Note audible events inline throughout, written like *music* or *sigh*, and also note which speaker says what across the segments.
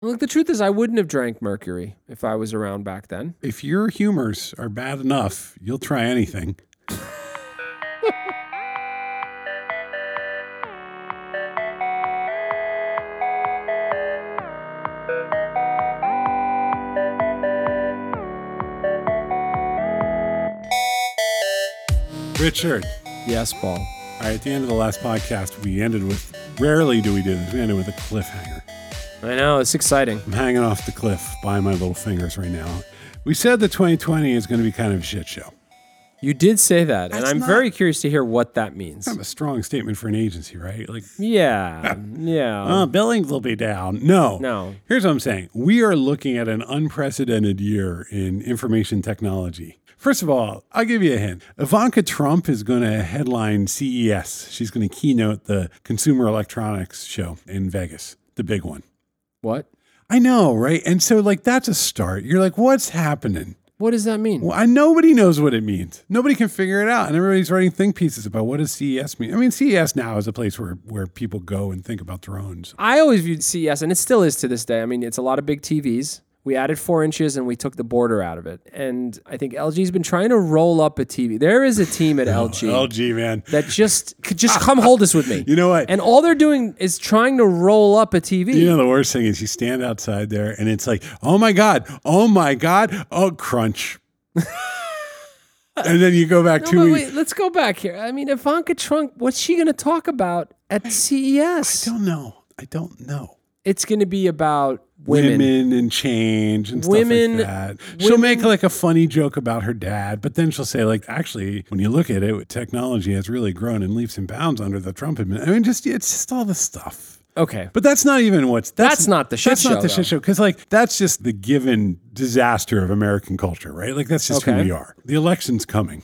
Speaker 1: Look, the truth is, I wouldn't have drank mercury if I was around back then.
Speaker 2: If your humors are bad enough, you'll try anything. Richard,
Speaker 1: Yes, Paul.
Speaker 2: all right, at the end of the last podcast, we ended with rarely do we do this, we ended with a cliffhanger.
Speaker 1: I know, it's exciting.
Speaker 2: I'm hanging off the cliff by my little fingers right now. We said that 2020 is going to be kind of a shit show.
Speaker 1: You did say that, and
Speaker 2: That's
Speaker 1: I'm
Speaker 2: not-
Speaker 1: very curious to hear what that means.
Speaker 2: Kind of a strong statement for an agency, right? Like,
Speaker 1: Yeah, yeah.
Speaker 2: uh, billings will be down. No.
Speaker 1: No.
Speaker 2: Here's what I'm saying we are looking at an unprecedented year in information technology. First of all, I'll give you a hint. Ivanka Trump is going to headline CES. She's going to keynote the Consumer Electronics Show in Vegas, the big one.
Speaker 1: what?
Speaker 2: I know, right? And so, like, that's a start. You're like, what's happening?
Speaker 1: What does that mean?
Speaker 2: Well, I, nobody knows what it means. Nobody can figure it out, and everybody's writing think pieces about what does CES mean. I mean, CES now is a place where where people go and think about their own.
Speaker 1: I always viewed CES, and it still is to this day. I mean, it's a lot of big TVs. We added four inches and we took the border out of it. And I think LG's been trying to roll up a TV. There is a team at LG.
Speaker 2: LG man,
Speaker 1: that just could just come hold this with me.
Speaker 2: You know what?
Speaker 1: And all they're doing is trying to roll up a TV.
Speaker 2: you know the worst thing is you stand outside there, and it's like, oh my god, oh my god, oh
Speaker 1: *laughs*
Speaker 2: crunch, and then you go back
Speaker 1: No,
Speaker 2: two
Speaker 1: but
Speaker 2: weeks.
Speaker 1: wait, let's go back here. I mean, Ivanka Trump, what's she going to talk about at
Speaker 2: I
Speaker 1: CES?
Speaker 2: don't know. I don't know.
Speaker 1: It's going to be about
Speaker 2: Women.
Speaker 1: women.
Speaker 2: and change and
Speaker 1: Women-
Speaker 2: stuff like that. She'll
Speaker 1: women-
Speaker 2: make like a funny joke about her dad, but then she'll say like, actually, when you look at it, technology has really grown in leaps and bounds under the Trump administration. I mean, just it's just all this stuff.
Speaker 1: Okay.
Speaker 2: But that's not even what's
Speaker 1: That's not the shit
Speaker 2: That's not
Speaker 1: show,
Speaker 2: the
Speaker 1: though.
Speaker 2: shit show because like that's just the given disaster of American culture, right? Like that's just who
Speaker 1: Okay.
Speaker 2: we are. The election's coming.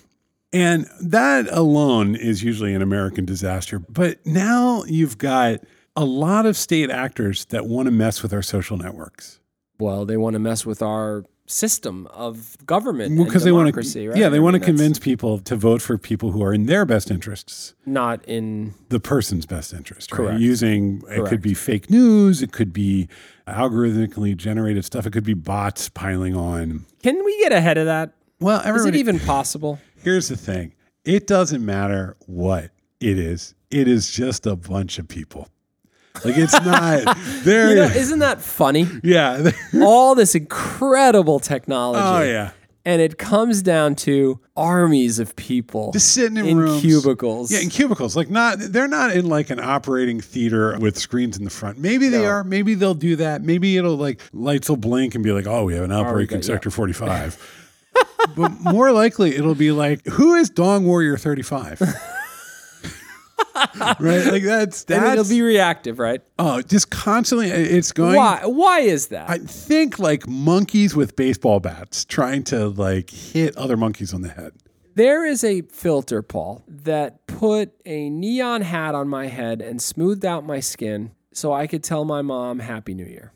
Speaker 2: And that alone is usually an American disaster. But now you've got a lot of state actors that want to mess with our social networks.
Speaker 1: Well, they want to mess with our system of government
Speaker 2: Because they want
Speaker 1: democracy,
Speaker 2: to,
Speaker 1: right?
Speaker 2: yeah, they
Speaker 1: I
Speaker 2: want
Speaker 1: mean,
Speaker 2: to
Speaker 1: that's
Speaker 2: convince people to vote for people who are in their best interests.
Speaker 1: not in
Speaker 2: the person's best interest. Right?
Speaker 1: Correct.
Speaker 2: Using it could
Speaker 1: Correct.
Speaker 2: be fake news, it could be algorithmically generated stuff, it could be bots piling on.
Speaker 1: Can we get ahead of that?
Speaker 2: Well,
Speaker 1: Is it
Speaker 2: everybody,
Speaker 1: even
Speaker 2: *laughs*
Speaker 1: possible?
Speaker 2: here's the thing: it doesn't matter what it is. It is just a bunch of people. Like it's
Speaker 1: *laughs*
Speaker 2: not there.
Speaker 1: You know, isn't that funny?
Speaker 2: yeah. *laughs*
Speaker 1: All this incredible technology.
Speaker 2: oh yeah.
Speaker 1: and it comes down to armies of people
Speaker 2: Just sitting in,
Speaker 1: in
Speaker 2: rooms.
Speaker 1: cubicles.
Speaker 2: Yeah, in cubicles. Like not they're not in like an operating theater with screens in the front. Maybe they are. Maybe they'll do that. Maybe it'll like lights will blink and be like, "Oh, we have an outbreak in
Speaker 1: got-
Speaker 2: sector 45." but more likely it'll be like, "Who is Dong
Speaker 1: *laughs*
Speaker 2: Warrior 35?" right? Like that's
Speaker 1: and it'll
Speaker 2: that's
Speaker 1: be reactive, right?
Speaker 2: oh, just constantly it's going
Speaker 1: Why? Why is that?
Speaker 2: I think like monkeys with baseball bats trying to like hit other monkeys on the head.
Speaker 1: there is a filter, Paul, that put a neon hat on my head and smoothed out my skin so I could tell my mom Happy New Year.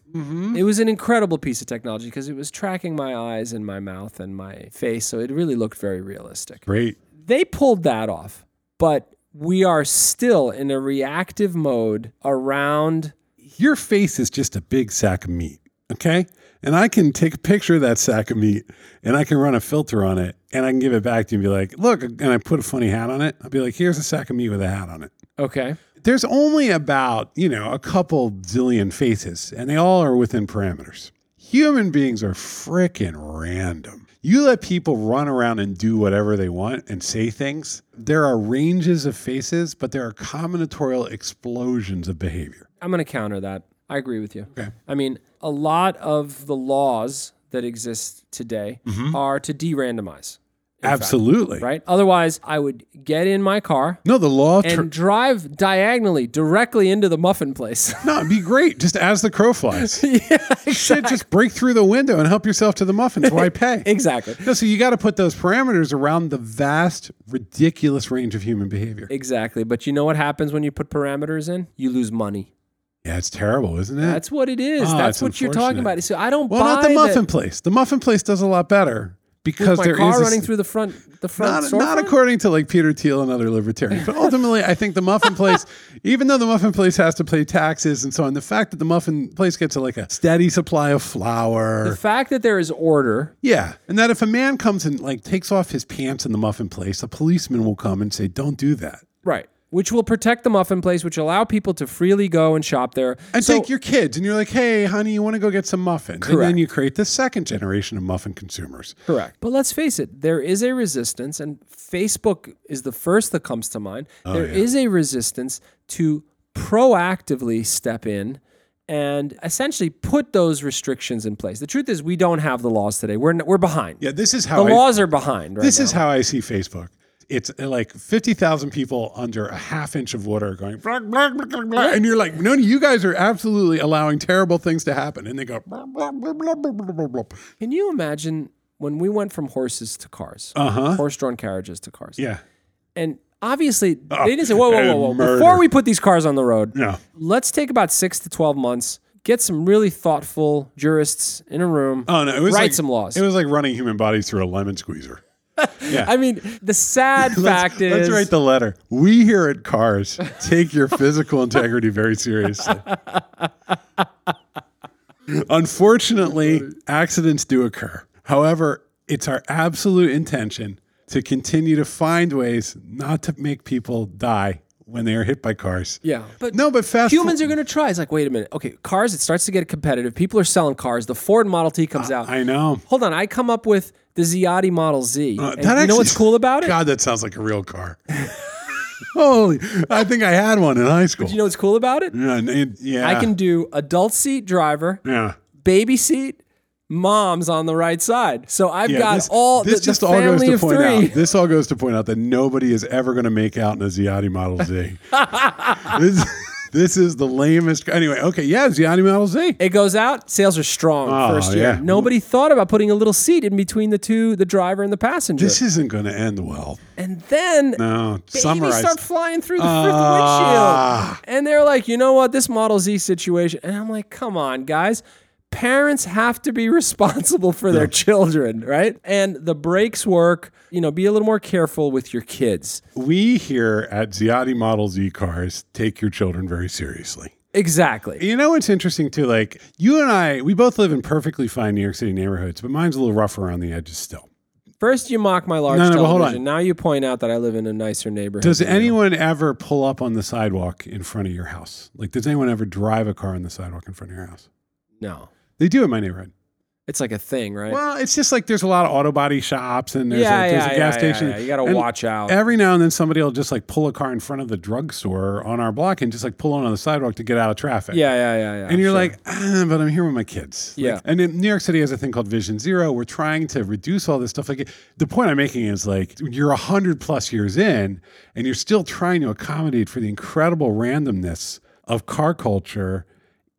Speaker 1: It was an incredible piece of technology because it was tracking my eyes and my mouth and my face, so it really looked very realistic.
Speaker 2: Great.
Speaker 1: they pulled that off, but we are still in a reactive mode around
Speaker 2: your face is just a big sack of meat, okay? And I can take a picture of that sack of meat and I can run a filter on it and I can give it back to you and be like, look, and I put a funny hat on it. I'll be like, here's a sack of meat with a hat on it.
Speaker 1: Okay.
Speaker 2: There's only about, you know, a couple zillion faces and they all are within parameters. Human beings are freaking random. You let people run around and do whatever they want and say things. There are ranges of faces, but there are combinatorial explosions of behavior.
Speaker 1: I'm going to counter that. I agree with you. Okay. I mean, a lot of the laws that exist today are to de randomize,
Speaker 2: Absolutely.
Speaker 1: right? Otherwise, I would get in my car
Speaker 2: No, the law. Tr-
Speaker 1: and drive diagonally directly into the muffin place. *laughs*
Speaker 2: no, it'd be great just as the crow flies.
Speaker 1: yeah,
Speaker 2: Shit, just break through the window and help yourself to the
Speaker 1: *laughs*
Speaker 2: muffins. Why pay?
Speaker 1: exactly.
Speaker 2: No, so you got to put those parameters around the vast, ridiculous range of human behavior.
Speaker 1: Exactly. But you know what happens when you put parameters in? You lose money.
Speaker 2: Yeah, it's terrible, isn't it?
Speaker 1: That's what it is.
Speaker 2: Ah,
Speaker 1: That's
Speaker 2: it's
Speaker 1: what you're talking
Speaker 2: unfortunate.
Speaker 1: about. So I don't
Speaker 2: well,
Speaker 1: buy
Speaker 2: not the
Speaker 1: that-
Speaker 2: muffin place. The muffin place does a lot better because
Speaker 1: my
Speaker 2: there is
Speaker 1: car
Speaker 2: a-
Speaker 1: running through the front the front
Speaker 2: not,
Speaker 1: storefront?
Speaker 2: not according to like Peter Thiel and other libertarians,
Speaker 1: *laughs*
Speaker 2: but ultimately, I think the muffin place, even though the muffin place has to pay taxes and so on, the fact that the muffin place gets a, like a steady supply of flour,
Speaker 1: the fact that there is order
Speaker 2: yeah, and that if a man comes and like takes off his pants in the muffin place, a policeman will come and say, "Don't do that,"
Speaker 1: Right. Which will protect the muffin place, which allow people to freely go and shop there.
Speaker 2: and
Speaker 1: so,
Speaker 2: take your kids, and you're like, "Hey, honey, you want to go get some muffins?" And
Speaker 1: Correct.
Speaker 2: then you create the second generation of muffin consumers.
Speaker 1: correct. But let's face it, there is a resistance, and Facebook is the first that comes to mind.
Speaker 2: Oh,
Speaker 1: There is a resistance to proactively step in and essentially put those restrictions in place. The truth is, we don't have the laws today. We're, n- we're behind.
Speaker 2: Yeah, this is
Speaker 1: the
Speaker 2: how I,
Speaker 1: laws are behind right
Speaker 2: *laughs* This
Speaker 1: now.
Speaker 2: is how I see Facebook. It's uh, like 50,000 people under a half inch of water going, "Blah, blah, blah, blah, blah," and you're like, no, no, you guys are absolutely allowing terrible things to happen. And they go,
Speaker 1: Can you imagine when we went from horses to cars,
Speaker 2: uh huh.
Speaker 1: horse drawn carriages to cars?
Speaker 2: Yeah. Oh,
Speaker 1: And obviously, they didn't say, whoa, whoa, whoa, whoa.
Speaker 2: murder.
Speaker 1: Before we put these cars on the road,
Speaker 2: No.
Speaker 1: let's take about six to 12 months, get some really thoughtful jurists in a room,
Speaker 2: Oh, no. It was
Speaker 1: write
Speaker 2: like,
Speaker 1: some laws.
Speaker 2: It was like running human bodies through a lemon squeezer.
Speaker 1: I mean, the sad fact is,
Speaker 2: *laughs* Let's write the letter. We here at Cars take your physical *laughs* integrity very seriously. Unfortunately, accidents do occur. However, it's our absolute intention to continue to find ways not to make people die when they are hit by cars.
Speaker 1: yeah, but
Speaker 2: No, but fast
Speaker 1: humans are going to try. It's like, wait a minute. Okay, cars, it starts to get competitive. People are selling cars. The Ford Model T comes out.
Speaker 2: Uh, I know.
Speaker 1: Hold on, I come up with the Ziotti Model Z.
Speaker 2: Uh,
Speaker 1: and you know what's cool about
Speaker 2: *laughs*
Speaker 1: it?
Speaker 2: God, that sounds like a real car. *laughs* Holy, I think I had one in high school.
Speaker 1: You know what's cool about it?
Speaker 2: yeah, and it- yeah.
Speaker 1: I can do adult seat driver,
Speaker 2: Yeah.
Speaker 1: baby seat, mom's on the right side. So I've
Speaker 2: Yeah,
Speaker 1: got all the, the family of
Speaker 2: point
Speaker 1: three.
Speaker 2: out. This all goes to point out that nobody is ever going to make out in a Ziotti
Speaker 1: *laughs*
Speaker 2: Model Z. this, this is the lamest. Anyway, okay, yeah, Ziotti Model Z.
Speaker 1: It goes out. Sales are strong
Speaker 2: Oh,
Speaker 1: first year.
Speaker 2: yeah.
Speaker 1: Nobody thought about putting a little seat in between the two, the driver and the passenger.
Speaker 2: This isn't going to end well.
Speaker 1: and then
Speaker 2: No,
Speaker 1: babies
Speaker 2: summarize.
Speaker 1: start flying through the
Speaker 2: Ah.
Speaker 1: fifth windshield. And they're like, you know what? This Model Z situation. And I'm like, come on, guys. Parents have to be *laughs* responsible for their children, right? And the brakes work. You know, be a little more careful with your kids.
Speaker 2: we here at Ziotti Model Z cars take your children very seriously.
Speaker 1: Exactly.
Speaker 2: You know what's interesting too? Like you and I, we both live in perfectly fine New York City neighborhoods, but mine's a little rough around the edges still.
Speaker 1: First, you mock my large
Speaker 2: No, no, but
Speaker 1: television.
Speaker 2: hold on.
Speaker 1: Now you point out that I live in a nicer neighborhood.
Speaker 2: Does
Speaker 1: than you.
Speaker 2: anyone ever pull up on the sidewalk in front of your house? Like, does anyone ever drive a car on the sidewalk in front of your house?
Speaker 1: No.
Speaker 2: They do in my neighborhood.
Speaker 1: It's like a thing, right?
Speaker 2: Well, it's just like there's a lot of auto body shops and there's,
Speaker 1: yeah,
Speaker 2: a, there's
Speaker 1: yeah,
Speaker 2: a gas
Speaker 1: yeah,
Speaker 2: station.
Speaker 1: Yeah, yeah. You got to
Speaker 2: And
Speaker 1: watch out.
Speaker 2: Every now and then somebody will just like pull a car in front of the drugstore on our block and just like pull on on the sidewalk to get out of traffic.
Speaker 1: yeah, yeah, yeah, yeah.
Speaker 2: And you're
Speaker 1: sure.
Speaker 2: like, ah, but I'm here with my kids. Like,
Speaker 1: Yeah.
Speaker 2: and in New York City has a thing called Vision Zero. We're trying to reduce all this stuff. Like the point I'm making is like you're hundred plus years in, and you're still trying to accommodate for the incredible randomness of car culture,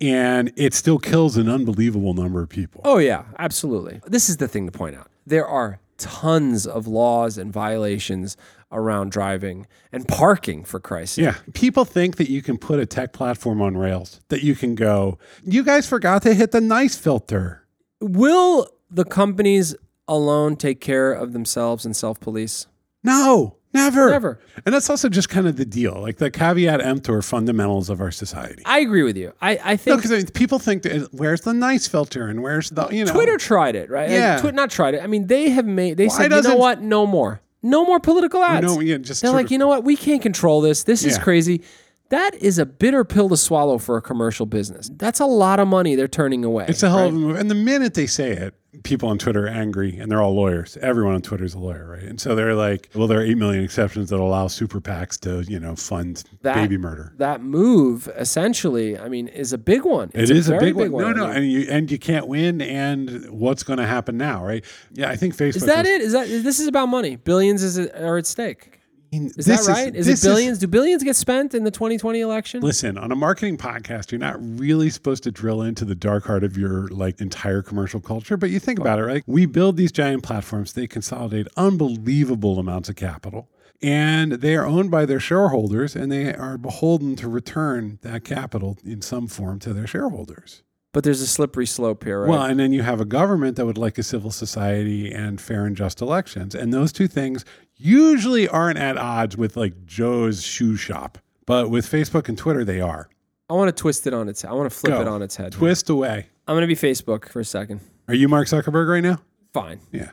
Speaker 2: and it still kills an unbelievable number of people.
Speaker 1: oh yeah, absolutely. This is the thing to point out. There are tons of laws and violations around driving and parking. For Christ's sake.
Speaker 2: Yeah. People think that you can put a tech platform on rails, that you can go, you guys forgot to hit the nice filter.
Speaker 1: Will the companies alone take care of themselves and self-police?
Speaker 2: No, never.
Speaker 1: Never.
Speaker 2: And that's also just kind of the deal, like the caveat emptor fundamentals of our society.
Speaker 1: I agree with you. I, I
Speaker 2: No,
Speaker 1: think
Speaker 2: because I mean, people think that where's the nice filter and where's the you know
Speaker 1: Twitter tried it, right? Like,
Speaker 2: Yeah.
Speaker 1: Twi- not tried it. I mean, they have made. They said, you know
Speaker 2: doesn't-
Speaker 1: what? No more. No more political ads.
Speaker 2: No, yeah, just
Speaker 1: They're
Speaker 2: sort
Speaker 1: like,
Speaker 2: of-
Speaker 1: you know what? We can't control this. This is
Speaker 2: Yeah.
Speaker 1: crazy. That is a bitter pill to swallow for a commercial business. That's a lot of money they're turning away.
Speaker 2: it's a hell of a move. And the minute they say it, people on Twitter are angry, and they're all lawyers. Everyone on Twitter is a lawyer, right? And so they're like, well, there are eight million exceptions that allow super PACs to you know fund
Speaker 1: That-
Speaker 2: baby murder.
Speaker 1: that move, essentially, I mean, is a big one. It's
Speaker 2: It is a
Speaker 1: very
Speaker 2: big, one. No,
Speaker 1: I
Speaker 2: no,
Speaker 1: mean,
Speaker 2: and you and you can't win. And what's going to happen now, right? Yeah, I think Facebook
Speaker 1: is that
Speaker 2: was-
Speaker 1: it? Is that is- this is about money? Billions is are at stake. Is
Speaker 2: this
Speaker 1: that right? Is,
Speaker 2: this
Speaker 1: it billions? Do billions get spent in the 2020 election?
Speaker 2: Listen, on a marketing podcast, you're not really supposed to drill into the dark heart of your like entire commercial culture, but you think about it, right? We build these giant platforms, they consolidate unbelievable amounts of capital, and they are owned by their shareholders and they are beholden to return that capital in some form to their shareholders.
Speaker 1: But there's a slippery slope here, right?
Speaker 2: Well, and then you have a government that would like a civil society and fair and just elections. And those two things usually aren't at odds with like Joe's shoe shop, but with Facebook and Twitter, they are.
Speaker 1: I want to twist it on its. I want to flip
Speaker 2: Go.
Speaker 1: it on its head.
Speaker 2: Twist away.
Speaker 1: I'm going to be Facebook for a second.
Speaker 2: Are you Mark Zuckerberg right now?
Speaker 1: Fine.
Speaker 2: Yeah.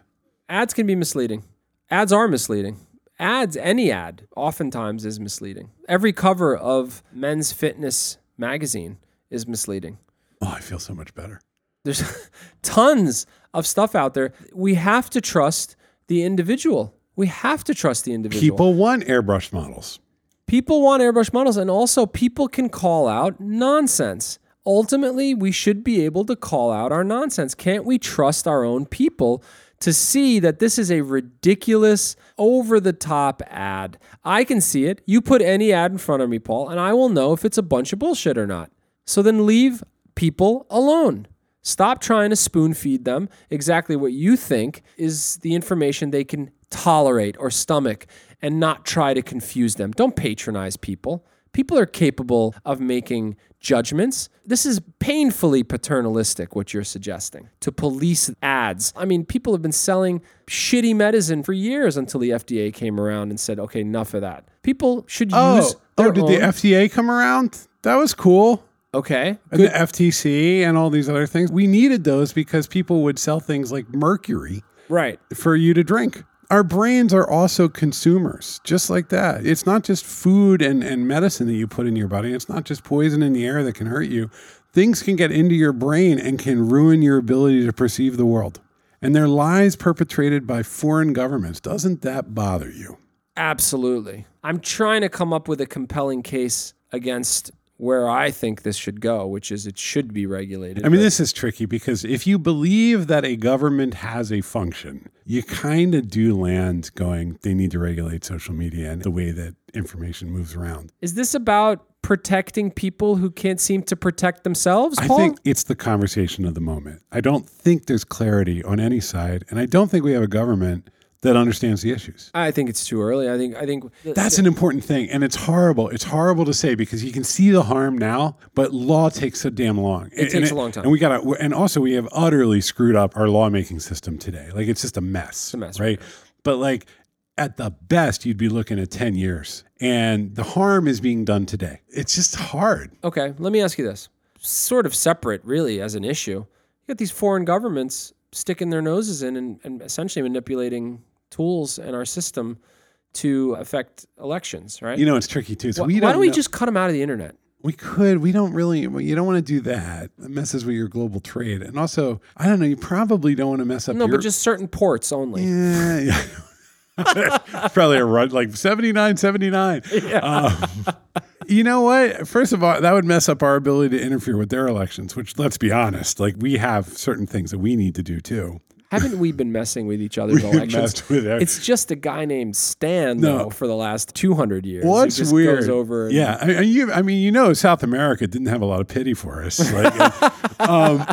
Speaker 1: Ads can be misleading. Ads are misleading. Ads, any ad, oftentimes is misleading. Every cover of Men's Fitness magazine is misleading.
Speaker 2: Oh, I feel so much better.
Speaker 1: There's *laughs* tons of stuff out there. We have to trust the individual. We have to trust the individual.
Speaker 2: People want airbrush models.
Speaker 1: people want airbrush models and also people can call out nonsense ultimately we should be able to call out our nonsense can't we trust our own people to see that this is a ridiculous over the top ad i can see it you put any ad in front of me paul and i will know if it's a bunch of bullshit or not so then leave people alone Stop trying to spoon feed them exactly what you think is the information they can tolerate or stomach and not try to confuse them. Don't patronize people. People are capable of making judgments. This is painfully paternalistic, what you're suggesting, to police ads. I mean, people have been selling shitty medicine for years until the FDA came around and said, okay, enough of that. People should
Speaker 2: Oh,
Speaker 1: use. Their
Speaker 2: oh, did
Speaker 1: own-
Speaker 2: the FDA come around? That was cool.
Speaker 1: Okay.
Speaker 2: And the FTC and all these other things. We needed those because people would sell things like mercury
Speaker 1: Right.
Speaker 2: for you to drink. Our brains are also consumers, just like that. It's not just food and, and medicine that you put in your body. It's not just poison in the air that can hurt you. Things can get into your brain and can ruin your ability to perceive the world. And they're lies perpetrated by foreign governments. Doesn't that bother you?
Speaker 1: Absolutely. I'm trying to come up with a compelling case against where I think this should go, which is it should be regulated.
Speaker 2: I mean, this is tricky because if you believe that a government has a function, you kind of do land going, they need to regulate social media and the way that information moves around.
Speaker 1: is this about protecting people who can't seem to protect themselves, Paul?
Speaker 2: I think it's the conversation of the moment. I don't think there's clarity on any side, and I don't think we have a government that understands the issues.
Speaker 1: I think it's too early. I think I think
Speaker 2: That's an important thing, and it's horrible. It's horrible to say because you can see the harm now, but law takes so damn long. It
Speaker 1: takes a long time.
Speaker 2: and we got to. And also, we have utterly screwed up our lawmaking system today. Like it's just a mess.
Speaker 1: a mess,
Speaker 2: right? But like at the best, you'd be looking at ten years, and the harm is being done today. It's just hard.
Speaker 1: Okay, let me ask you this. Sort of separate, really, as an issue. You got these foreign governments sticking their noses in and, and essentially manipulating tools and our system to affect elections, right?
Speaker 2: You know, it's tricky too. So we
Speaker 1: Why don't we
Speaker 2: know-
Speaker 1: just cut them out of the internet?
Speaker 2: We could. We don't really. well, You don't want to do that. It messes with your global trade, and also, I don't know. You probably don't want to mess up.
Speaker 1: No,
Speaker 2: your,
Speaker 1: but just certain ports only.
Speaker 2: yeah, *laughs* yeah. *laughs* It's probably a run like 79, 79. Um, you know what? First of all, that would mess up our ability to interfere with their elections. Which, let's be honest, like we have certain things that we need to do too.
Speaker 1: Haven't we been messing with each
Speaker 2: *laughs*
Speaker 1: other's elections?
Speaker 2: messed with our-
Speaker 1: It's just a guy named Stan though for the last 200 years. It
Speaker 2: What's
Speaker 1: just
Speaker 2: weird?
Speaker 1: Goes over and-
Speaker 2: yeah, I, I- you, I mean, you know, South America didn't have a lot of pity
Speaker 1: *laughs*
Speaker 2: for us. Like, um,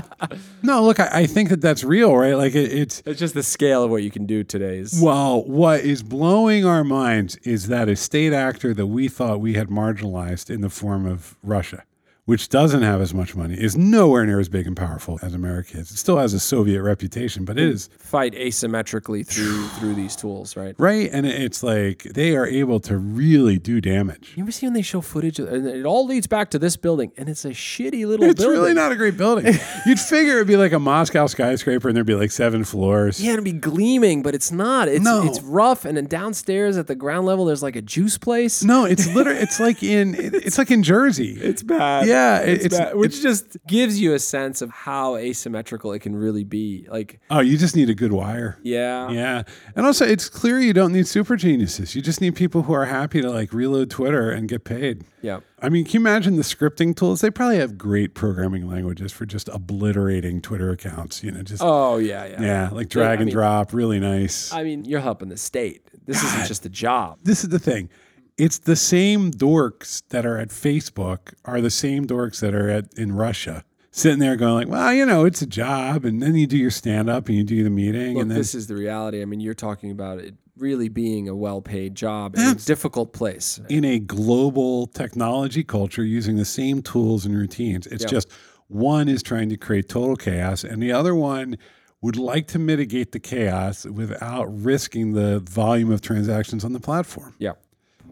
Speaker 2: no, look, I, I think that that's real, right? Like, it, it's
Speaker 1: It's just the scale of what you can do today is
Speaker 2: Well, what is blowing our minds is that a state actor that we thought we had marginalized in the form of Russia, which doesn't have as much money, is nowhere near as big and powerful as America is. It still has a Soviet reputation, but it is
Speaker 1: fight asymmetrically
Speaker 2: *sighs*
Speaker 1: through through these tools, right?
Speaker 2: right. And it's like they are able to really do damage.
Speaker 1: You ever see when they show footage of, and it all leads back to this building and it's a shitty little
Speaker 2: It's
Speaker 1: building.
Speaker 2: really not a
Speaker 1: *laughs*
Speaker 2: great building. You'd figure it'd be like a Moscow skyscraper and there'd be like seven floors.
Speaker 1: yeah, it'd be gleaming, but it's not. It's
Speaker 2: No.
Speaker 1: it's rough, and then downstairs at the ground level, there's like a juice place.
Speaker 2: No, it's literally it's like in it- it's like in Jersey.
Speaker 1: *laughs* It's bad.
Speaker 2: Yeah, it- it's-
Speaker 1: bad, which just gives you a sense of how asymmetrical it can really be. Like,
Speaker 2: oh, you just need a good wire.
Speaker 1: yeah,
Speaker 2: Yeah. And also, it's clear you don't need super geniuses. You just need people who are happy to like reload Twitter and get paid.
Speaker 1: yeah.
Speaker 2: I mean, can you imagine the scripting tools? They probably have great programming languages for just obliterating Twitter accounts, you know, just,
Speaker 1: Oh yeah, yeah.
Speaker 2: yeah, like drag
Speaker 1: I
Speaker 2: and
Speaker 1: mean-
Speaker 2: drop, really nice.
Speaker 1: I mean, you're helping the state. This isn't just a job.
Speaker 2: this is the thing. It's the same dorks that are at Facebook are the same dorks that are at in Russia. Sitting there going like, well, you know, it's a job, and then you do your stand up and you do the meeting,
Speaker 1: Look,
Speaker 2: and then
Speaker 1: this is the reality. I mean, you're talking about it really being a well-paid job in a difficult place.
Speaker 2: in a global technology culture using the same tools and routines. It's just One is trying to create total chaos, and the other one would like to mitigate the chaos without risking the volume of transactions on the platform.
Speaker 1: Yeah.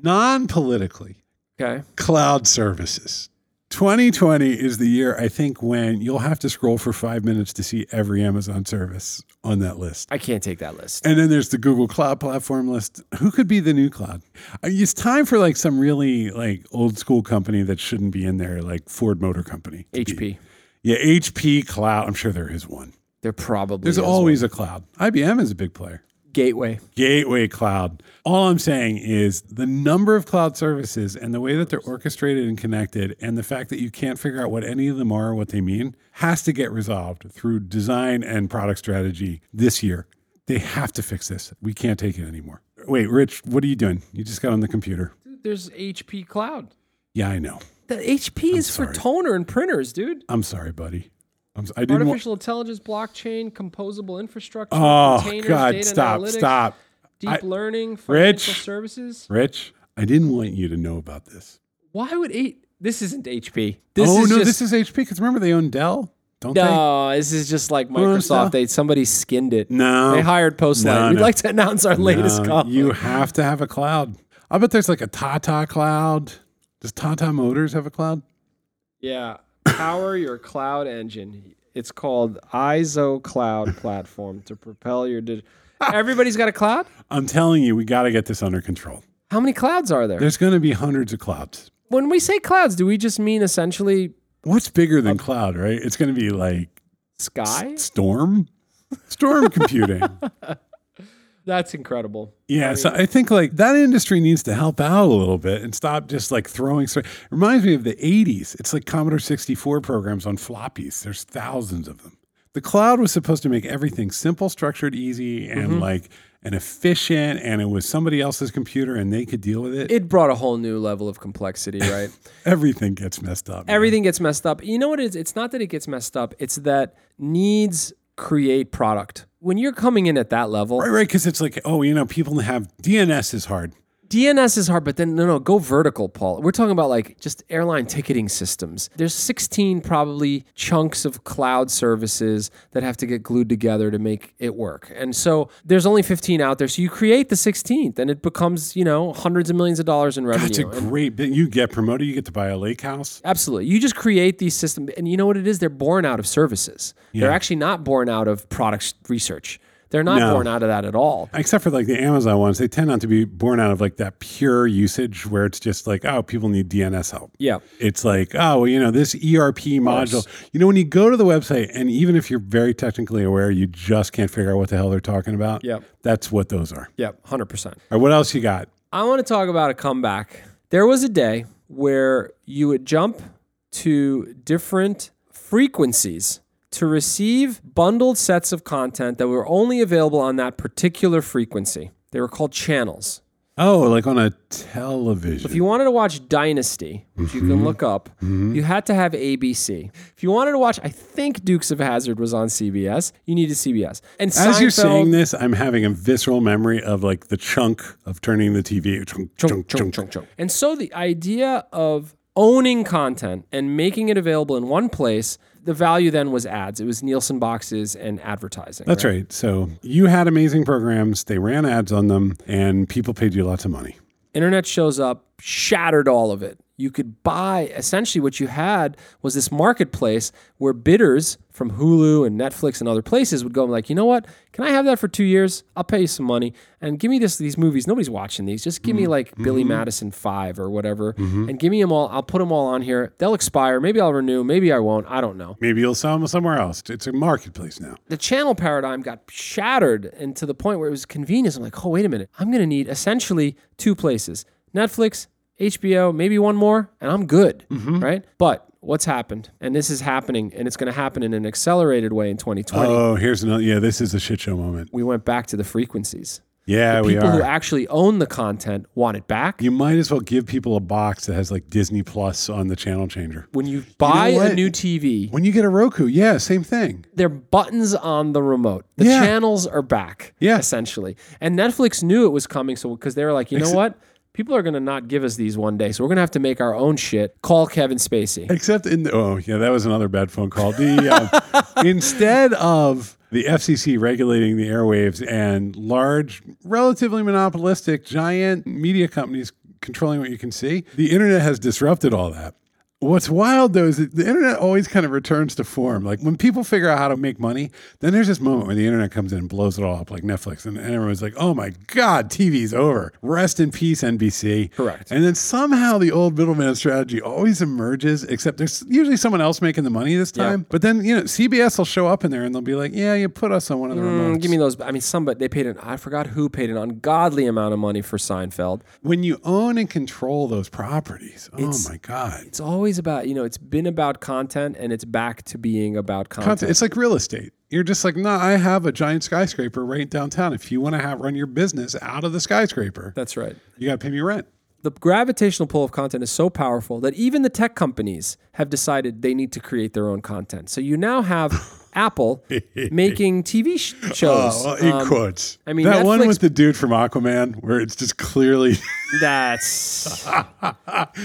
Speaker 2: Non politically,
Speaker 1: Okay.
Speaker 2: cloud services. 2020 is the year I think when you'll have to scroll for five minutes to see every Amazon service on that list.
Speaker 1: I can't take that list.
Speaker 2: And then there's the Google Cloud Platform list. Who could be the new cloud? I mean, It's time for like some really like old school company that shouldn't be in there, like Ford Motor Company. to be-
Speaker 1: HP.
Speaker 2: Yeah, HP Cloud. I'm sure there is one.
Speaker 1: There probably
Speaker 2: There's
Speaker 1: is
Speaker 2: always a cloud. IBM is a big
Speaker 1: one.
Speaker 2: player.
Speaker 1: gateway.
Speaker 2: Gateway Cloud. All I'm saying is the number of cloud services and the way that they're orchestrated and connected, and the fact that you can't figure out what any of them are or what they mean, has to get resolved through design and product strategy this year. They have to fix this. We can't take it anymore. Wait, Rich, what are you doing? You just got on the computer.
Speaker 1: There's HP Cloud.
Speaker 2: Yeah, I know.
Speaker 1: The HP is for
Speaker 2: sorry.
Speaker 1: toner and printers, dude.
Speaker 2: I'm sorry, buddy. I'm, si didn't want.
Speaker 1: Artificial intelligence, blockchain, composable infrastructure,
Speaker 2: Oh
Speaker 1: containers,
Speaker 2: God!
Speaker 1: data
Speaker 2: Stop!
Speaker 1: analytics,
Speaker 2: Stop!
Speaker 1: deep
Speaker 2: I-
Speaker 1: learning, financial
Speaker 2: Rich.
Speaker 1: services.
Speaker 2: Rich, I didn't want you to know about this.
Speaker 1: Why would eight? This isn't HP. This
Speaker 2: oh
Speaker 1: is
Speaker 2: no,
Speaker 1: just,
Speaker 2: this is HP. Because remember they own Dell, don't they?
Speaker 1: no. This is just like
Speaker 2: no, no.
Speaker 1: Microsoft. They somebody skinned it.
Speaker 2: No.
Speaker 1: they hired Postlight.
Speaker 2: No,
Speaker 1: We'd
Speaker 2: no.
Speaker 1: like to announce our latest
Speaker 2: No,
Speaker 1: call.
Speaker 2: Um, You have to have a cloud. I bet there's like a Tata cloud. Does Tata Motors have a cloud?
Speaker 1: Yeah. Power your cloud engine. It's called ISO Cloud Platform to propel your digital. Everybody's got a cloud?
Speaker 2: I'm telling you, we got to get this under control.
Speaker 1: How many clouds are there?
Speaker 2: There's going to be hundreds of clouds.
Speaker 1: When we say clouds, do we just mean essentially
Speaker 2: What's bigger than cloud, right? It's going to be like
Speaker 1: sky?
Speaker 2: storm,
Speaker 1: *laughs*
Speaker 2: storm computing.
Speaker 1: That's incredible.
Speaker 2: Yeah, so I think like that industry needs to help out a little bit and stop just like throwing. It reminds me of the 80s. It's like Commodore 64 programs on floppies. There's thousands of them. The cloud was supposed to make everything simple, structured, easy, and like and efficient. And it was somebody else's computer, and they could deal with it.
Speaker 1: It brought a whole new level of
Speaker 2: *laughs*
Speaker 1: complexity, right?
Speaker 2: everything gets messed up. man.
Speaker 1: Everything gets messed up. You know what it is? It's not that it gets messed up, it's that needs create product. When you're coming in at that level,
Speaker 2: right, right? Because it's like, oh, you know, people have DNS is hard.
Speaker 1: DNS is hard, but then no, no, go vertical, Paul. We're talking about like just airline ticketing systems. There's 16 probably chunks of cloud services that have to get glued together to make it work. And so there's only 15 out there. So you create the 16th and it becomes, you know, hundreds of millions of dollars in revenue.
Speaker 2: That's a
Speaker 1: And-
Speaker 2: great bit. You get promoted, you get to buy a lake house.
Speaker 1: Absolutely. You just create these systems. And you know what it is? They're born out of services. They're actually not born out of product research. They're not
Speaker 2: No.
Speaker 1: born out of that at all.
Speaker 2: except for like the Amazon ones, they tend not to be born out of like that pure usage where it's just like, oh, people need DNS help.
Speaker 1: Yeah.
Speaker 2: It's like, oh, well, you know, this ERP module. You know, when you go to the website, and even if you're very technically aware, you just can't figure out what the hell they're talking about.
Speaker 1: Yep.
Speaker 2: That's what those are.
Speaker 1: Yeah. 100%.
Speaker 2: All right, what else you got?
Speaker 1: I want to talk about a comeback. There was a day where you would jump to different frequencies to receive bundled sets of content that were only available on that particular frequency. They were called channels.
Speaker 2: Oh, like on a television.
Speaker 1: If you wanted to watch Dynasty, which you
Speaker 2: Mm-hmm.
Speaker 1: can look up, you had to have ABC. If you wanted to watch, I think Dukes of Hazard was on CBS. You needed CBS. And
Speaker 2: As you're
Speaker 1: Seinfeld-
Speaker 2: saying this, I'm having a visceral memory of like the chunk of turning the TV. Chunk, chunk, chunk, chunk.
Speaker 1: And so the idea of owning content and making it available in one place, the value then was ads. It was Nielsen boxes and advertising.
Speaker 2: That's right. So you had amazing programs. They ran ads on them, and people paid you lots of money.
Speaker 1: Internet shows up, shattered all of it. You could buy essentially what you had was this marketplace where bidders from Hulu and Netflix and other places would go and like, you know what? Can I have that for two years? I'll pay you some money and give me this these movies. Nobody's watching these. Just give me like Billy Madison five or whatever, and give me them all. I'll put them all on here. They'll expire. Maybe I'll renew. Maybe I won't. I don't know.
Speaker 2: Maybe you'll sell them somewhere else. It's a marketplace now.
Speaker 1: the channel paradigm got shattered and to the point where it was convenience. I'm like, oh, wait a minute. I'm going to need essentially two places Netflix, HBO, maybe one more, and I'm good.
Speaker 2: Mm-hmm.
Speaker 1: Right. But what's happened? And this is happening, and it's going to happen in an accelerated way in 2020.
Speaker 2: Oh, here's another. Yeah, this is a shit show moment.
Speaker 1: we went back to the frequencies.
Speaker 2: Yeah, we
Speaker 1: People who
Speaker 2: are.
Speaker 1: actually own the content want it back.
Speaker 2: you might as well give people a box that has like Disney Plus on the channel changer.
Speaker 1: when you buy
Speaker 2: what?
Speaker 1: a new TV,
Speaker 2: When you get a Roku, yeah, same thing.
Speaker 1: there are buttons on the remote. The
Speaker 2: Yeah.
Speaker 1: channels are back,
Speaker 2: Yeah.
Speaker 1: essentially. And Netflix knew it was coming, so because they were like, you know what? people are going to not give us these one day. So we're going to have to make our own shit. Call Kevin Spacey.
Speaker 2: Except in the, oh yeah, that was another bad phone call. The uh, instead of the FCC regulating the airwaves and large, relatively monopolistic, giant media companies controlling what you can see, the internet has disrupted all that. What's wild though is that the internet always kind of returns to form. Like when people figure out how to make money, then there's this moment when the internet comes in and blows it all up, like Netflix, and and everyone's like, "Oh my God, TV's over. Rest in peace, NBC."
Speaker 1: Correct.
Speaker 2: And then somehow the old middleman strategy always emerges, except there's usually someone else making the money this
Speaker 1: Yeah.
Speaker 2: time. But then you know CBS will show up in there and they'll be like, "Yeah, you put us on one of the
Speaker 1: Mm,
Speaker 2: remotes."
Speaker 1: give me those. I mean, somebody they paid an I forgot who paid an ungodly amount of money for Seinfeld.
Speaker 2: when you own and control those properties, oh my God.
Speaker 1: It's always about you know it's been about content and it's back to being about content.
Speaker 2: Content. It's like real estate. You're just like, nah, I have a giant skyscraper right downtown. If you want to have run your business out of the skyscraper,
Speaker 1: That's right.
Speaker 2: you got to pay me rent.
Speaker 1: The gravitational pull of content is so powerful that even the tech companies have decided they need to create their own content. So you now
Speaker 2: *laughs*
Speaker 1: have Apple making TV sh- shows. Um,
Speaker 2: Oh, well, in quotes.
Speaker 1: I mean,
Speaker 2: that one
Speaker 1: Netflix-
Speaker 2: with the dude from Aquaman, where it's just clearly *laughs*
Speaker 1: That's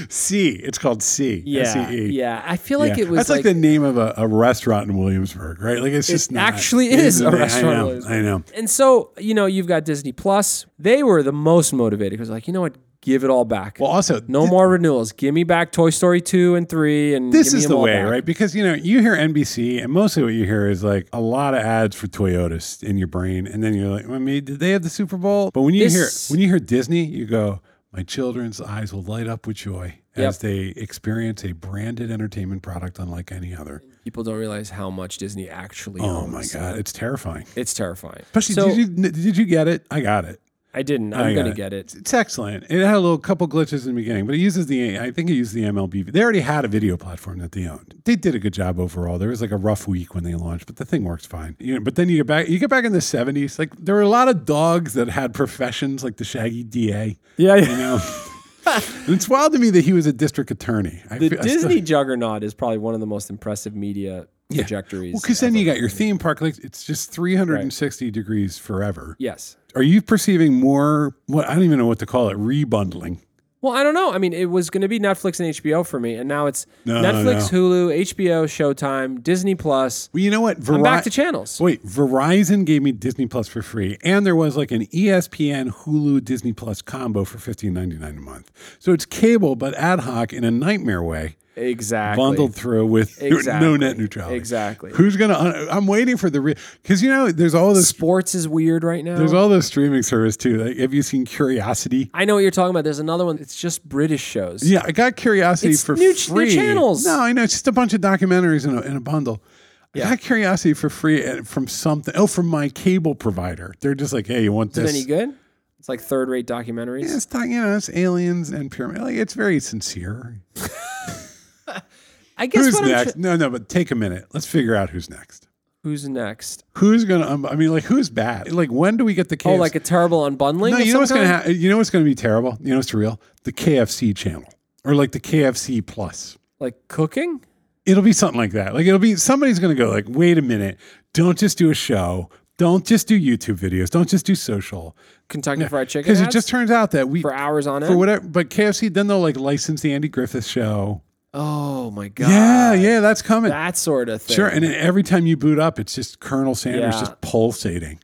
Speaker 2: C. It's called C.
Speaker 1: yeah,
Speaker 2: S-E-E.
Speaker 1: yeah. I feel like
Speaker 2: E Yeah.
Speaker 1: it was
Speaker 2: That's like, the name of a, a restaurant in Williamsburg, right? Like it's just not-
Speaker 1: actually
Speaker 2: it
Speaker 1: is a
Speaker 2: isn't- I
Speaker 1: restaurant in
Speaker 2: know,
Speaker 1: Williamsburg.
Speaker 2: I know.
Speaker 1: And so, you know, you've got Disney Plus. They were the most motivated because, like, you know what? Give it all back.
Speaker 2: Well, also,
Speaker 1: no more renewals. Give me back Toy Story 2 and 3. And
Speaker 2: this
Speaker 1: give me
Speaker 2: is
Speaker 1: them
Speaker 2: the
Speaker 1: all
Speaker 2: way,
Speaker 1: back.
Speaker 2: right? Because you know, you hear NBC, and mostly what you hear is like a lot of ads for Toyotas in your brain, and then you're like, "I mean, did they have the Super Bowl?" But when you
Speaker 1: This-
Speaker 2: hear when you hear Disney, you go, "My children's eyes will light up with joy as they experience a branded entertainment product unlike any other."
Speaker 1: People don't realize how much Disney actually
Speaker 2: Oh
Speaker 1: owns.
Speaker 2: my god, it's terrifying.
Speaker 1: It's terrifying.
Speaker 2: Especially,
Speaker 1: so,
Speaker 2: did you did you get it? I got it.
Speaker 1: I didn't. I'm
Speaker 2: I got
Speaker 1: going to
Speaker 2: it.
Speaker 1: get it.
Speaker 2: It's excellent. It had a little couple glitches in the beginning, but it uses the I think it used the MLB. They already had a video platform that they owned. They did a good job overall. There was like a rough week when they launched, but the thing works fine. You know, but then you get back you get back in the 70s, like there were a lot of dogs that had professions like the Shaggy DA,
Speaker 1: Yeah.
Speaker 2: you know. *laughs* And it's wild to me that he was a district attorney. I
Speaker 1: The
Speaker 2: feel- *laughs* I still-
Speaker 1: Disney juggernaut is probably one of the most impressive media trajectories.
Speaker 2: well, because then you got your theme park, like it's just 360 degrees forever.
Speaker 1: Yes.
Speaker 2: Are you perceiving more? What I don't even know what to call it. Rebundling.
Speaker 1: Well, I don't know. I mean, it was going to be Netflix and HBO for me, and now it's
Speaker 2: No, no,
Speaker 1: Netflix, Hulu, HBO, Showtime, Disney Plus.
Speaker 2: Well, you know what?
Speaker 1: I'm back
Speaker 2: Vari-
Speaker 1: to channels.
Speaker 2: Wait, Verizon gave me Disney Plus for free, and there was like an E ESPN Hulu Disney Plus combo for fifteen ninety nine a month. So it's cable, but ad hoc in a nightmare way,
Speaker 1: Exactly.
Speaker 2: bundled through with *laughs*
Speaker 1: Exactly.
Speaker 2: no net neutrality.
Speaker 1: Exactly.
Speaker 2: Who's gonna? I'm waiting for the because you know there's all those
Speaker 1: Sports is weird right now.
Speaker 2: there's all those streaming service too. Like, have you seen Curiosity?
Speaker 1: I know what you're talking about. There's another one. It's just British shows.
Speaker 2: Yeah, I got Curiosity
Speaker 1: It's
Speaker 2: for
Speaker 1: new- new
Speaker 2: free.
Speaker 1: channels.
Speaker 2: No, I know it's just a bunch of documentaries in a, in a bundle.
Speaker 1: Yeah.
Speaker 2: I got Curiosity for free uh, from something. Oh, from my cable provider. They're just like, hey, you want
Speaker 1: Is it
Speaker 2: this?
Speaker 1: any good? It's like third-rate documentaries.
Speaker 2: It's not, you know, it's aliens and pyramid. Like, it's very sincere.
Speaker 1: I guess
Speaker 2: who's
Speaker 1: what I'm
Speaker 2: next?
Speaker 1: tr-
Speaker 2: no, no, but take a minute. Let's figure out who's next.
Speaker 1: who's next?
Speaker 2: Who's gonna? Um, I mean, like, who's bad? Like, when do we get the KFC?
Speaker 1: Oh, like a terrible unbundling.
Speaker 2: no,
Speaker 1: of
Speaker 2: you know
Speaker 1: some
Speaker 2: what's
Speaker 1: kind?
Speaker 2: gonna happen? You know what's gonna be terrible? You know what's real? The KFC channel or like the KFC Plus.
Speaker 1: Like cooking.
Speaker 2: it'll be something like that. Like it'll be somebody's going to go like, "Wait a minute. Don't just do a show. Don't just do YouTube videos. Don't just do social."
Speaker 1: Kentucky Fried Chicken.
Speaker 2: Because it
Speaker 1: ads
Speaker 2: just turns out that we
Speaker 1: for
Speaker 2: for,
Speaker 1: hours on end.
Speaker 2: whatever but KFC then they'll like license the Andy Griffith show.
Speaker 1: Oh my god.
Speaker 2: yeah, yeah, that's coming.
Speaker 1: That sort of thing.
Speaker 2: sure. And then every time you boot up, it's just Colonel Sanders
Speaker 1: Yeah. *laughs*
Speaker 2: just pulsating.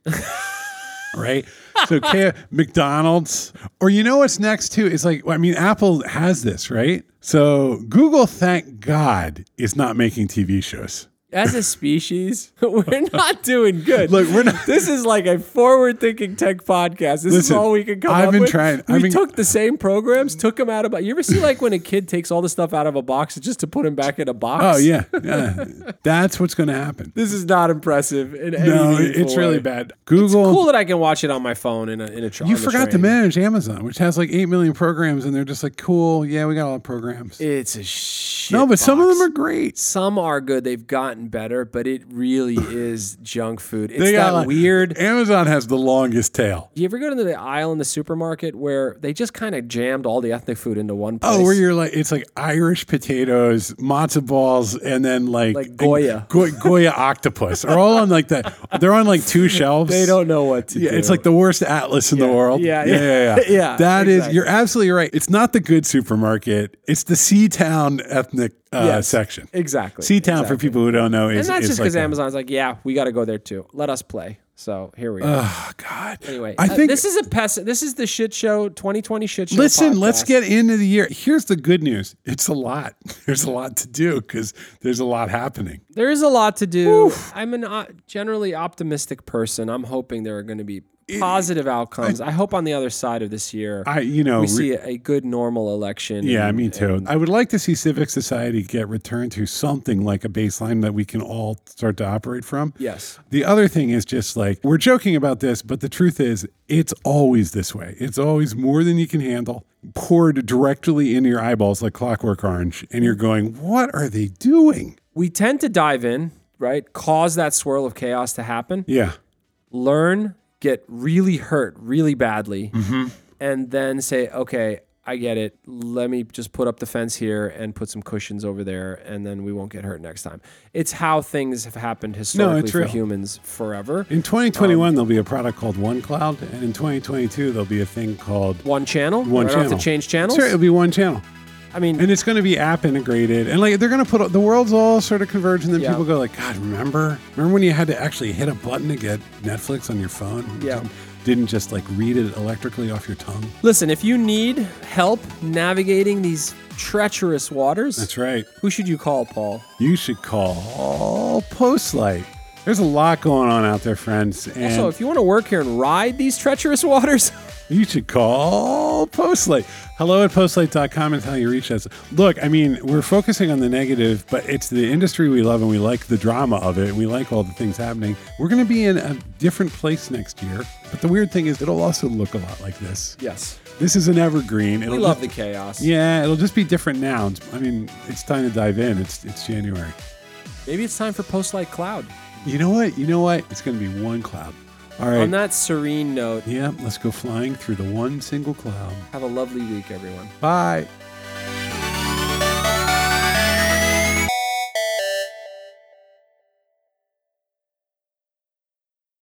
Speaker 2: right? So K- McDonald's or you know what's next too? It's like I mean Apple has this, right? So Google thank God is not making TV shows.
Speaker 1: As a species, *laughs* we're not doing good.
Speaker 2: Look, we're not
Speaker 1: This is like a forward-thinking tech podcast. This is
Speaker 2: Listen,
Speaker 1: all we can come
Speaker 2: I've
Speaker 1: up
Speaker 2: been
Speaker 1: with.
Speaker 2: trying-
Speaker 1: We
Speaker 2: I've been-
Speaker 1: took the same programs, took them out of. You ever see like when a kid takes all the stuff out of a box just to put them back in a box?
Speaker 2: Oh yeah, yeah. that's what's going to happen.
Speaker 1: This is not impressive. In any
Speaker 2: No, it-
Speaker 1: meaningful
Speaker 2: it's really
Speaker 1: way.
Speaker 2: bad. Google,
Speaker 1: Cool that I can watch it on my phone in a in a tr- on
Speaker 2: you
Speaker 1: the
Speaker 2: forgot to
Speaker 1: train.
Speaker 2: manage Amazon, which has like eight million programs, and they're just like, cool, yeah, we got all the programs.
Speaker 1: It's a shit.
Speaker 2: no, but some of
Speaker 1: box.
Speaker 2: them are great.
Speaker 1: Some are good. They've gotten gotten better, but it really is junk food. It's
Speaker 2: They got,
Speaker 1: that
Speaker 2: like-
Speaker 1: weird.
Speaker 2: Amazon has the longest tail.
Speaker 1: You ever go to the aisle in the supermarket where they just kind of jammed all the ethnic food into one place?
Speaker 2: Oh, where you're like it's like Irish potatoes, matzo balls, and then like,
Speaker 1: Like Goya.
Speaker 2: Go- Goya octopus are all on like that. They're on
Speaker 1: *laughs*
Speaker 2: like two shelves.
Speaker 1: they don't know what to
Speaker 2: Yeah,
Speaker 1: do.
Speaker 2: it's like the worst atlas in the world.
Speaker 1: yeah,
Speaker 2: yeah,
Speaker 1: yeah.
Speaker 2: yeah.
Speaker 1: *laughs* Yeah,
Speaker 2: That is-
Speaker 1: exactly.
Speaker 2: you're absolutely right. It's not the good supermarket. It's the Seatown ethnic uh,
Speaker 1: Yes.
Speaker 2: section.
Speaker 1: exactly
Speaker 2: Seatown
Speaker 1: exactly.
Speaker 2: for people who don't know is
Speaker 1: And that's
Speaker 2: is
Speaker 1: just
Speaker 2: like
Speaker 1: because
Speaker 2: a-
Speaker 1: Amazon's like, yeah, we got to go there too. Let us play. So here we are.
Speaker 2: Oh God.
Speaker 1: anyway,
Speaker 2: I
Speaker 1: uh,
Speaker 2: think
Speaker 1: this is a pest. This is the shit show 2020 shit show.
Speaker 2: Listen, let's
Speaker 1: podcast.
Speaker 2: get into the year. Here's the good news. It's a lot. *laughs* There's a lot to do because there's a lot happening.
Speaker 1: There is a lot to do. I'm an o- generally optimistic person. I'm hoping there are going to be positive outcomes. I hope on the other side of this year,
Speaker 2: I, you know,
Speaker 1: we
Speaker 2: re-
Speaker 1: see a good normal election.
Speaker 2: yeah,
Speaker 1: and-
Speaker 2: me too. I would like to see civic society get returned to something like a baseline that we can all start to operate from.
Speaker 1: yes.
Speaker 2: The other thing is just like we're joking about this, but the truth is it's always this way. It's always more than you can handle, poured directly into your eyeballs like clockwork orange, and you're going, "What are they doing?"
Speaker 1: We tend to dive in, right? Cause that swirl of chaos to happen.
Speaker 2: Yeah.
Speaker 1: learn, get really hurt really badly,
Speaker 2: Mm-hmm.
Speaker 1: and then say, okay, I get it. Let me just put up the fence here and put some cushions over there, and then we won't get hurt next time. It's how things have happened historically
Speaker 2: it's
Speaker 1: for
Speaker 2: real.
Speaker 1: humans forever.
Speaker 2: In 2021,
Speaker 1: Um,
Speaker 2: there'll be a product called OneCloud, and in 2022, there'll be a thing called
Speaker 1: One channel.
Speaker 2: One
Speaker 1: I don't
Speaker 2: Channel.
Speaker 1: have to change channels.
Speaker 2: Sure, it'll be one channel.
Speaker 1: I mean,
Speaker 2: and it's going to be app integrated and like they're going to put the world's all sort of converged and then
Speaker 1: Yeah.
Speaker 2: people go like god remember remember when you had to actually hit a button to get netflix on your phone You
Speaker 1: Yeah.
Speaker 2: didn't- didn't just like read it electrically off your tongue
Speaker 1: listen, if you need help navigating these treacherous waters,
Speaker 2: that's right
Speaker 1: who should you call, Paul?
Speaker 2: you should call postlight there's a lot going on out there friends and
Speaker 1: Also, if you want to work here and ride these treacherous *laughs* waters,
Speaker 2: You should call Postlight. Hello at postlight.com and tell you reach us. Look, I mean, we're focusing on the negative, but it's the industry we love and we like the drama of it and we like all the things happening. We're going to be in a different place next year. But the weird thing is, it'll also look a lot like this.
Speaker 1: yes,
Speaker 2: This is an evergreen. It'll
Speaker 1: we love the
Speaker 2: just,
Speaker 1: chaos.
Speaker 2: Yeah, it'll just be different now. It's- I mean, it's time to dive in. It's, it's January.
Speaker 1: Maybe it's time for Postlight Cloud.
Speaker 2: You know what? You know what? It's going to be one cloud. All right.
Speaker 1: On that serene note,
Speaker 2: yeah, let's go flying through the one single cloud.
Speaker 1: have a lovely week, everyone.
Speaker 2: Bye.